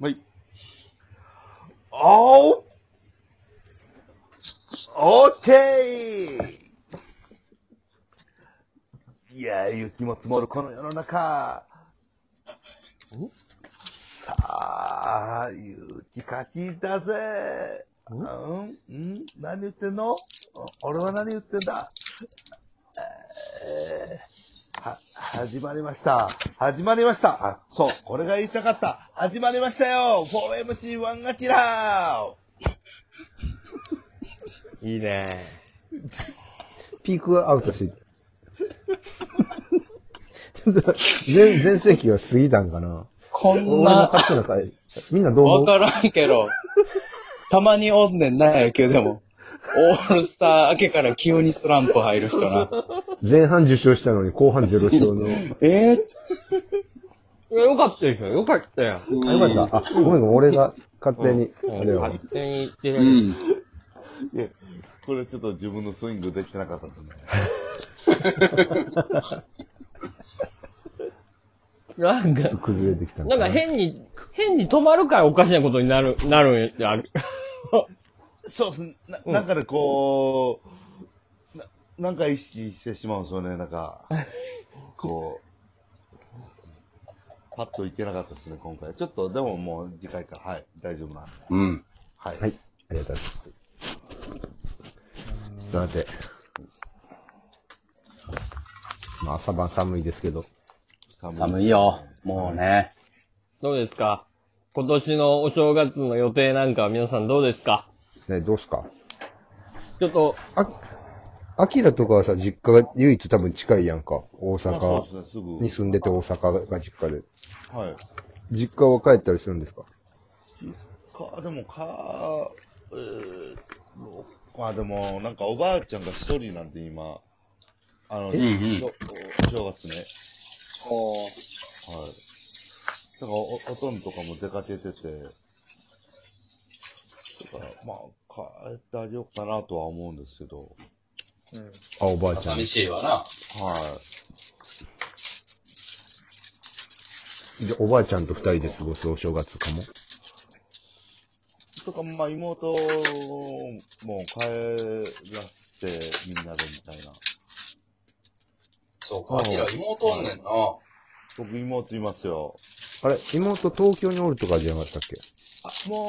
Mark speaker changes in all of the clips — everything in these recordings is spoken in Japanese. Speaker 1: はい。
Speaker 2: おーオーケーいやー、雪も積もるこの世の中。さあ、雪かきだぜ。うんん何言ってんのお俺は何言ってんだえーは、始まりました。始まりました。あ、そう、これが言いたかった。始まりましたよ !4MC ワンガキラー
Speaker 3: いいね。
Speaker 4: ピークはアウトして。ちょっと、全、全盛期は過ぎたんかな。
Speaker 5: こん
Speaker 4: 俺の
Speaker 5: な、
Speaker 4: 勝手な回、みんなどう思
Speaker 5: わ
Speaker 4: う
Speaker 5: からんけど、たまにおんねんな、野球でも。オールスター明けから急にスランプ入る人な。
Speaker 4: 前半受賞したのに後半ゼロ勝の。
Speaker 5: えー、
Speaker 3: いやよかったでしょ、よかったやん。
Speaker 4: あ、よかった。あ、ごめんごめん、俺が勝手に
Speaker 3: うん、
Speaker 4: あれを。
Speaker 3: 勝手に言ってる。
Speaker 5: うん。
Speaker 2: え、これちょっと自分のスイングできてなかったですね。
Speaker 3: なんか、
Speaker 4: 崩れてきた
Speaker 3: なんか変に、変に止まるからおかしなことになる、なるんや、ある。
Speaker 2: そうですね。ななんかでこう、ななんか意識してしまうんですよね、なん か。こう、パッといけなかったですね、今回。ちょっと、でももう次回から、はい、大丈夫なんで。
Speaker 5: うん。
Speaker 2: はい。
Speaker 4: はい、ありがとうございます。ちょっと待って。まあ、朝晩寒いですけど。
Speaker 5: 寒いよ。もうね。
Speaker 3: どうですか今年のお正月の予定なんかは皆さんどうですか
Speaker 4: ね、どうすか
Speaker 3: ちょっと、
Speaker 4: あ、アキラとかはさ、実家が唯一多分近いやんか。大
Speaker 2: まあそう
Speaker 4: 阪
Speaker 2: ですね、すぐ。
Speaker 4: に住んでて大阪が実家で。
Speaker 2: はい。
Speaker 4: 実家は帰ったりするんですか
Speaker 2: か、でも、か、えー、ろまあでも、なんかおばあちゃんが一人なんで今、あの、
Speaker 5: うんうん
Speaker 2: しょお正月ね。はい。だからお、おとんとかも出かけてて、だから、まあ、帰ってあげようかなとは思うんですけど、
Speaker 4: あ、おばあちゃん。
Speaker 5: 寂
Speaker 4: じ
Speaker 5: しいわな。
Speaker 2: はい。
Speaker 4: ゃおばあちゃんと二人で過ごすお正月かも。
Speaker 2: とか、まあ、妹も帰らせて、みんなでみたいな。
Speaker 5: そう
Speaker 4: かあきら
Speaker 5: 妹おんねんな。
Speaker 2: 僕、妹いますよ。
Speaker 4: あれ、妹東京におるとかじゃなかったっけ
Speaker 2: あ、もう、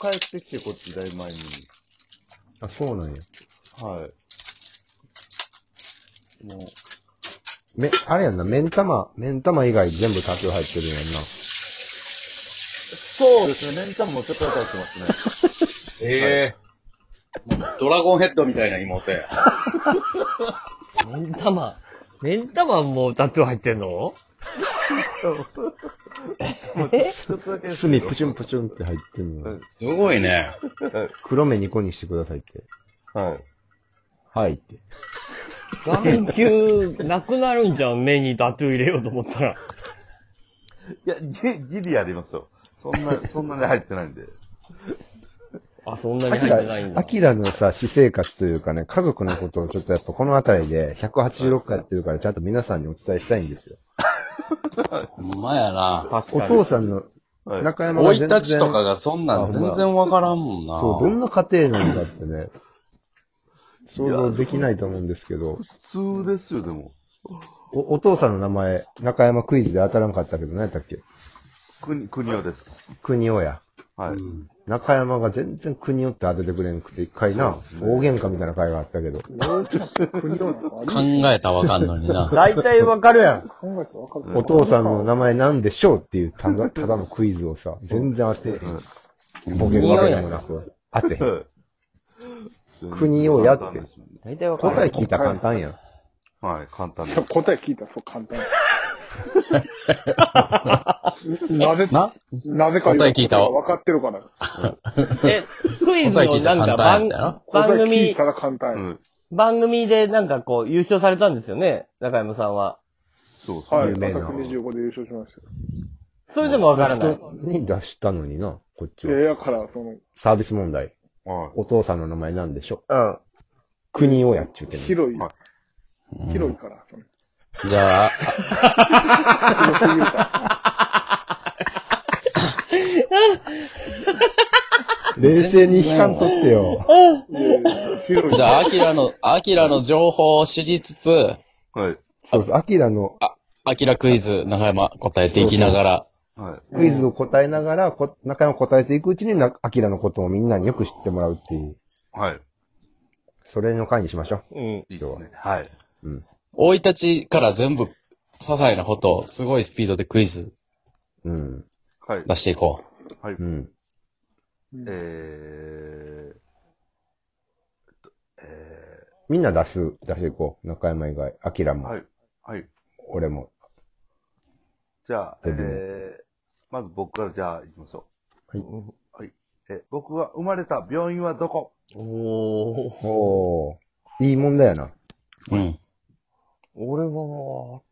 Speaker 2: 帰ってきて、こっちだいぶ前に。
Speaker 4: あ、そうなんや。
Speaker 2: はい。もう、
Speaker 4: め、あれやんな、目ん玉、目ん玉以外全部タピオ入ってるやんな。
Speaker 2: そうですね、メンタルもちょっと当たってますね。
Speaker 5: ええドラゴンヘッドみたいな妹や。
Speaker 3: 目ん玉。目ん玉もうタトゥー入ってんの
Speaker 2: ちょっとだけです
Speaker 4: 隅プチュンプチュンって入ってん
Speaker 2: は
Speaker 4: の
Speaker 2: い。
Speaker 5: すごいね。
Speaker 4: 黒目ニコにしてくださいって。
Speaker 2: はい。
Speaker 4: はいって。
Speaker 3: 眼球、なくなるんじゃん、目にタトゥー入れようと思ったら。
Speaker 2: いや、ギギリありますよ。そんな、そんなに入ってないんで。
Speaker 3: あ、そんなに
Speaker 4: アキ
Speaker 3: 入ってない
Speaker 4: ラ
Speaker 3: ん、だ。
Speaker 4: アキラのさ、私生活というかね、家族のことをちょっとやっぱこの辺りで186回やってるから、ちゃんと皆さんにお伝えしたいんですよ。
Speaker 5: ほんまやな。
Speaker 3: 確
Speaker 4: お
Speaker 3: か
Speaker 4: 父
Speaker 3: に。
Speaker 4: さんの
Speaker 2: はい。
Speaker 4: 中山が
Speaker 5: 老い
Speaker 4: 全
Speaker 5: たち
Speaker 4: 然、
Speaker 5: とかがそんなん全然わからんもんな。
Speaker 4: そう、どんな家庭なんだってね、想像できないと思うんですけど、
Speaker 2: 普通ですよ、でも。
Speaker 4: おお父さんの名前、中山クイズで当たらんかったけど、何やったっけ
Speaker 2: 国、国をです。
Speaker 4: 国尾や。
Speaker 2: はい。
Speaker 5: うん
Speaker 4: 中山が全然国尾って当ててくれんくて、一回な、大喧嘩みたいな会があったけど。
Speaker 5: 考えたらわかんのに な。
Speaker 3: 大体わかるやん。
Speaker 4: お父さんの名前なんでしょうっていうただ、ただのクイズをさ、全然当てへん。ボケるわけでもなく、当てへん。国をやって
Speaker 2: 簡単ですもんね
Speaker 3: 大体わかる。
Speaker 4: 答え聞いたら簡単やん。
Speaker 2: はい、簡単で
Speaker 6: いや
Speaker 2: す。
Speaker 6: 答え聞いたらそう簡 単。なぜ、
Speaker 5: な
Speaker 6: なぜか
Speaker 5: 答え聞いた
Speaker 6: 分かってるから。
Speaker 3: え、クイズ
Speaker 5: 答え聞
Speaker 3: の
Speaker 5: いた
Speaker 3: な
Speaker 5: ら
Speaker 3: んか
Speaker 5: 簡単やったよ
Speaker 3: 番番
Speaker 6: 答え聞い
Speaker 3: 組
Speaker 6: た、ら簡単
Speaker 2: う
Speaker 6: や。
Speaker 2: ん。
Speaker 3: 番組でなんかこう優勝されたんですよね、中山さんは。
Speaker 2: そうですね。
Speaker 6: はい、
Speaker 4: 有名な
Speaker 6: 225で優勝しましたよ
Speaker 3: それでもわからない。
Speaker 4: 人に出したのにな、こっち。
Speaker 6: いや、
Speaker 4: は。
Speaker 6: だから、その、
Speaker 4: サービス問題。
Speaker 2: は
Speaker 4: お父さんの名前なんでしょう
Speaker 3: うん。
Speaker 4: 国をやっちゅうけど。
Speaker 6: 広い
Speaker 2: は、
Speaker 6: 広いから、その、
Speaker 5: じゃあ、
Speaker 6: 広すぎるから。
Speaker 4: 冷静に悲観とってよ。
Speaker 6: 広い。
Speaker 5: じゃあ、アキラの、アキラの情報を知りつつ、
Speaker 2: はい。
Speaker 4: そうそう、アキラの
Speaker 5: アキラクイズ、中山答えていきながら。
Speaker 2: は
Speaker 4: クイズを答えながら、こ中山答えていくうちにな、アキラのことをみんなによく知ってもらうっていう、
Speaker 2: い。はい。
Speaker 4: それの回にしましょ
Speaker 3: うん。
Speaker 2: いいですね。はい。
Speaker 4: う。うん。
Speaker 5: 生い立ちから全部、些細なことを、すごいスピードでクイズ
Speaker 4: うん。
Speaker 2: はい。
Speaker 5: 出していこう。
Speaker 2: はい。
Speaker 4: うん。
Speaker 2: えーえっとえ
Speaker 4: みんな出す、出していこう。中山以外、アキラ
Speaker 2: ー
Speaker 4: も、
Speaker 2: はい。はい。
Speaker 4: 俺も。
Speaker 2: じゃあ、え
Speaker 4: デビュー
Speaker 2: ー、まず僕からじゃあ行きましょ
Speaker 4: はい。
Speaker 2: う。え、僕が生まれた病院はどこ
Speaker 3: おー。
Speaker 4: おー。いい問題やな。
Speaker 5: うん。
Speaker 3: 俺は、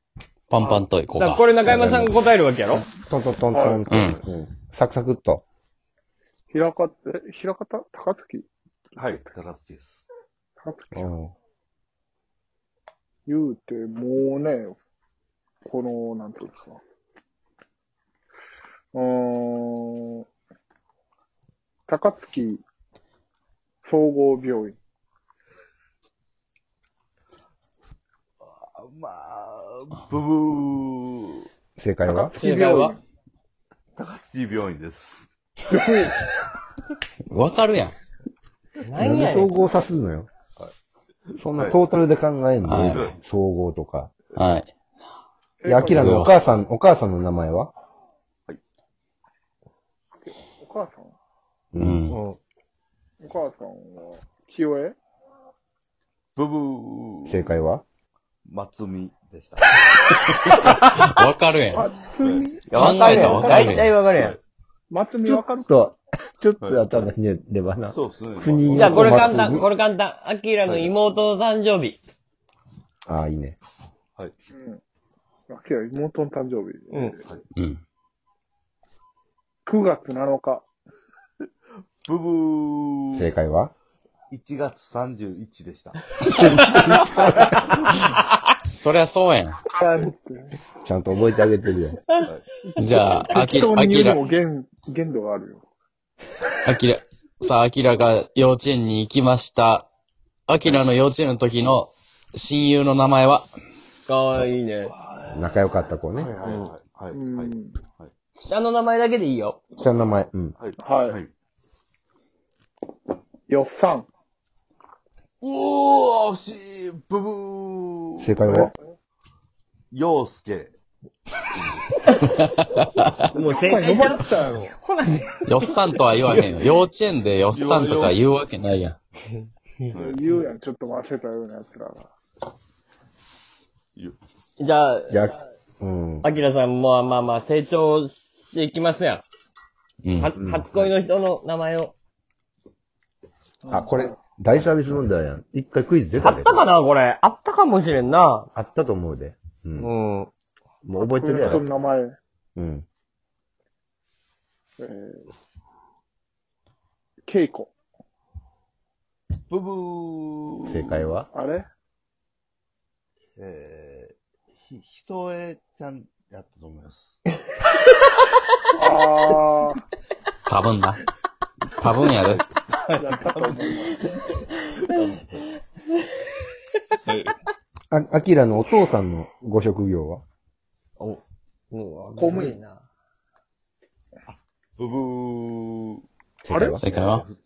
Speaker 5: パンパンといこう
Speaker 3: だから
Speaker 5: か。
Speaker 3: これ中山さんが答えるわけやろ
Speaker 4: トントントントントン。うん。サクサクっと。
Speaker 6: 平方、え、平方高槻
Speaker 2: はい。高槻です。
Speaker 6: 高槻
Speaker 4: うん。
Speaker 6: 言うて、もうね、この、なんていうんですか。うーん。高槻総合病院。
Speaker 2: あまあ、ブブー。
Speaker 4: 正解は
Speaker 6: 高槻病院。
Speaker 2: 高槻病院です。
Speaker 5: わかるやん。
Speaker 4: なんで総合さすのよ
Speaker 2: は。
Speaker 4: そんなトータルで考えんの、
Speaker 5: はい
Speaker 4: 総合とか。
Speaker 5: はい。
Speaker 4: いや、アキラのお母さん、お母さんの名前は
Speaker 6: お母さん
Speaker 5: う。ん。
Speaker 6: お母さんは、清江
Speaker 2: ブブー。
Speaker 4: 正解は
Speaker 2: 松見でした。
Speaker 5: わかるやん。考
Speaker 6: あ、つみ
Speaker 5: えたらわかるやん。
Speaker 3: わかるやん。
Speaker 6: 松
Speaker 4: ち
Speaker 6: 見
Speaker 4: ょ
Speaker 6: わ
Speaker 4: っ
Speaker 6: かる
Speaker 4: と、ちょっと頭ひねればな。
Speaker 2: そうですね。
Speaker 4: 国
Speaker 3: じゃあこれ簡
Speaker 4: う
Speaker 3: 単、
Speaker 4: ん
Speaker 3: これ簡単。アキラの妹の誕生日。
Speaker 4: ああ、いいね。
Speaker 6: うん。あ、きら、妹の誕生日。
Speaker 3: うん。
Speaker 5: うん。
Speaker 6: 9月7日。
Speaker 2: ブブー。
Speaker 4: 正解は
Speaker 2: 1月31でした。
Speaker 5: そりゃそうやん。
Speaker 6: あーって
Speaker 4: ちゃんと覚えてあげてるよ。
Speaker 5: じゃあ、アキ
Speaker 6: 適
Speaker 5: ラ
Speaker 6: 当、
Speaker 5: ア
Speaker 6: に言
Speaker 5: キ
Speaker 6: うの
Speaker 5: ラ、
Speaker 6: も限限度があるよ。
Speaker 5: アキラ、さあ、アキラが幼稚園に行きました。アキラの幼稚園の時の親友の名前は、
Speaker 3: かわいいね。
Speaker 4: 仲良かった子ね
Speaker 2: はい。はいはい。はい。
Speaker 6: うん
Speaker 2: はい。
Speaker 3: 下の名前だけでいいよ。
Speaker 4: 下の名前。うん。
Speaker 2: はい。
Speaker 6: はい予算。
Speaker 2: おー、惜しい。ブブー。
Speaker 4: 正解は
Speaker 2: 陽介。
Speaker 3: もう正解だったよ。
Speaker 5: よっさんとは言わへんよ。幼稚園でよっさんとか言うわけないやん。
Speaker 6: 言うやん、ちょっと忘れたような奴らが。
Speaker 3: じゃあ、
Speaker 4: いや、うん。
Speaker 3: アキラさんもまあまあ成長していきますや。
Speaker 5: うん
Speaker 3: は
Speaker 5: ん。
Speaker 3: 初恋の人の名前を。
Speaker 4: あ、これ、大サービス問題やん。一回クイズ出
Speaker 3: あ
Speaker 4: た
Speaker 3: っ
Speaker 4: で
Speaker 3: た。かなこれ。あったかもしれんな。
Speaker 4: あったと思うで。うん。も
Speaker 3: うん。
Speaker 4: う覚えてるや
Speaker 6: そ
Speaker 4: ろ。
Speaker 6: の名前、
Speaker 4: うん。
Speaker 6: えー、ケイコ。
Speaker 2: ブブー。
Speaker 4: 正解は
Speaker 6: あれ
Speaker 2: えー、ひ、ひとえちゃんやったと思い ます。
Speaker 6: あー、
Speaker 5: 多分な。多分やで。
Speaker 6: やったと思う。
Speaker 4: あ、アキラのお父さんのご職業は
Speaker 3: 公
Speaker 6: 務員
Speaker 3: な。
Speaker 2: ブブー。
Speaker 4: あれ
Speaker 5: 正解は、
Speaker 2: 普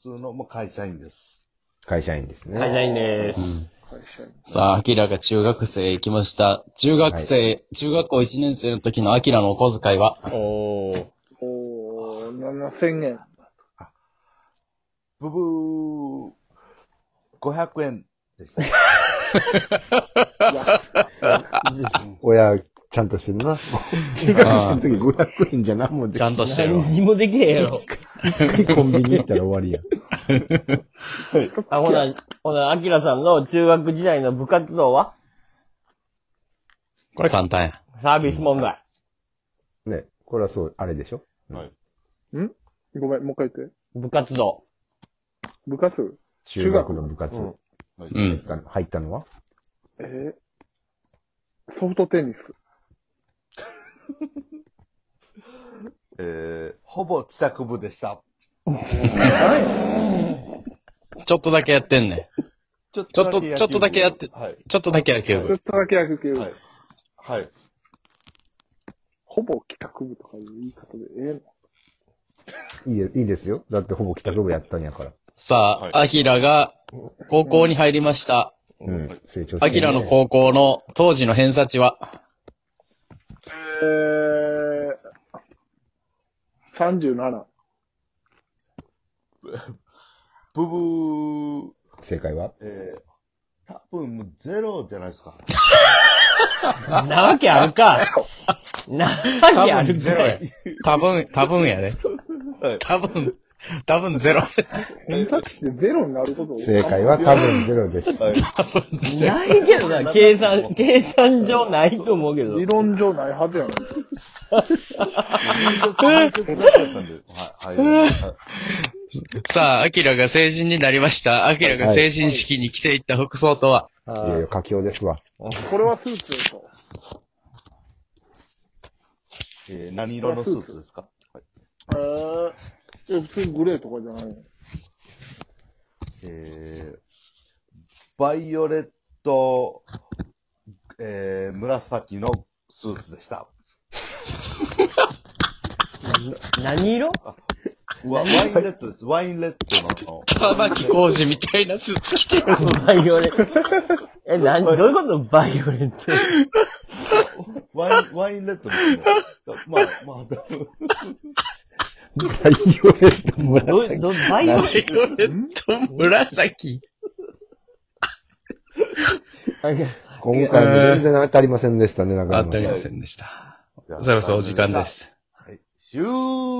Speaker 2: 通の、もう会社員です。
Speaker 4: 会社員ですね。
Speaker 3: 会社員で
Speaker 5: う
Speaker 3: す。
Speaker 5: ん、
Speaker 6: 会社に。
Speaker 5: さあ、アキラが中学生へ行きました。中学生、中学校1年生の時のアキラのお小遣いは、
Speaker 3: おー。
Speaker 6: おー、7000円。
Speaker 2: ブブー。500円でした。
Speaker 4: 親、ちゃんとしてるな。中学生の時500円じゃ何もで
Speaker 5: ちゃんとしてるわ
Speaker 3: 何。にもできへんやろ。
Speaker 4: きないコンビニ行ったら終わりや。
Speaker 3: あ、ほな、ほな、アキラさんの中学時代の部活動は
Speaker 5: これ簡単や。
Speaker 3: サービス問題。
Speaker 4: ね。これはそう、あれでしょ
Speaker 6: ごめん、もう一回言って。
Speaker 3: 部活動。
Speaker 6: 部活
Speaker 4: 中学の部活。
Speaker 3: うん
Speaker 5: うん。
Speaker 4: 入ったのは
Speaker 6: えー、ソフトテニス。
Speaker 2: えー、ほぼ帰宅部でした。
Speaker 5: ちょっとだけやってんねん。
Speaker 2: ちょっ
Speaker 5: とだけ野球部ちょっとだけやって
Speaker 2: はい。
Speaker 5: ちょっとだけ野球
Speaker 6: ちょ
Speaker 5: 部
Speaker 6: っ。とだけ野球系、
Speaker 2: はい。はい。
Speaker 6: ほぼ帰宅部とかいう言い方でええの
Speaker 4: いいでいいですよ。だってほぼ帰宅部やったんやから。
Speaker 5: さあ、
Speaker 2: は
Speaker 5: アキラが高校に入りました。
Speaker 4: うん。成長して、
Speaker 5: アキラの高校の当時の偏差値は、
Speaker 6: えー、37。
Speaker 2: ブブー、
Speaker 4: 正解は
Speaker 2: えー、多分もうゼロじゃないですか。
Speaker 3: なわけある か。なわ
Speaker 5: 多
Speaker 3: けある
Speaker 5: 分
Speaker 3: か。
Speaker 5: ゼロや。多分、多分やで。多分、多分ゼロ。
Speaker 6: 偏差値ってゼロになること
Speaker 4: 正解は多分ゼロです。
Speaker 5: 多分ゼロ。
Speaker 3: ないけどな、計算、計算上ないと思うけど。
Speaker 6: 理論上ないはずやん。
Speaker 2: はい。はい。は
Speaker 5: さあ、アキラが成人になりました。アキラが成人式に着ていった服装とは、
Speaker 3: あ
Speaker 4: いよいよ
Speaker 3: ー
Speaker 4: 佳境ですわ。
Speaker 6: これはスーツでしょ。
Speaker 2: い。えー、何色のスーツですか
Speaker 6: えー、え普通にグレーとかじゃないの
Speaker 2: えー、バイオレット、えー、紫のスーツでした。
Speaker 3: 何色
Speaker 2: わワインレッドです。ワインレッドのあ
Speaker 5: 玉木浩二みたいなスーツ着てる。
Speaker 3: バイオレット。え、 などういうことバイオレット。
Speaker 2: の、ワイン、ワインレッドですね。まあ、まあ、多分
Speaker 4: バイオレット
Speaker 3: どう、
Speaker 4: 紫。
Speaker 3: ど、バイオレッ
Speaker 5: バイオレット紫。
Speaker 3: ト。
Speaker 4: 今回も全然当たりませんでしたね、中
Speaker 5: あった
Speaker 4: 山さん
Speaker 5: り。ませんでした。そろそろお時間です。
Speaker 2: はい。終了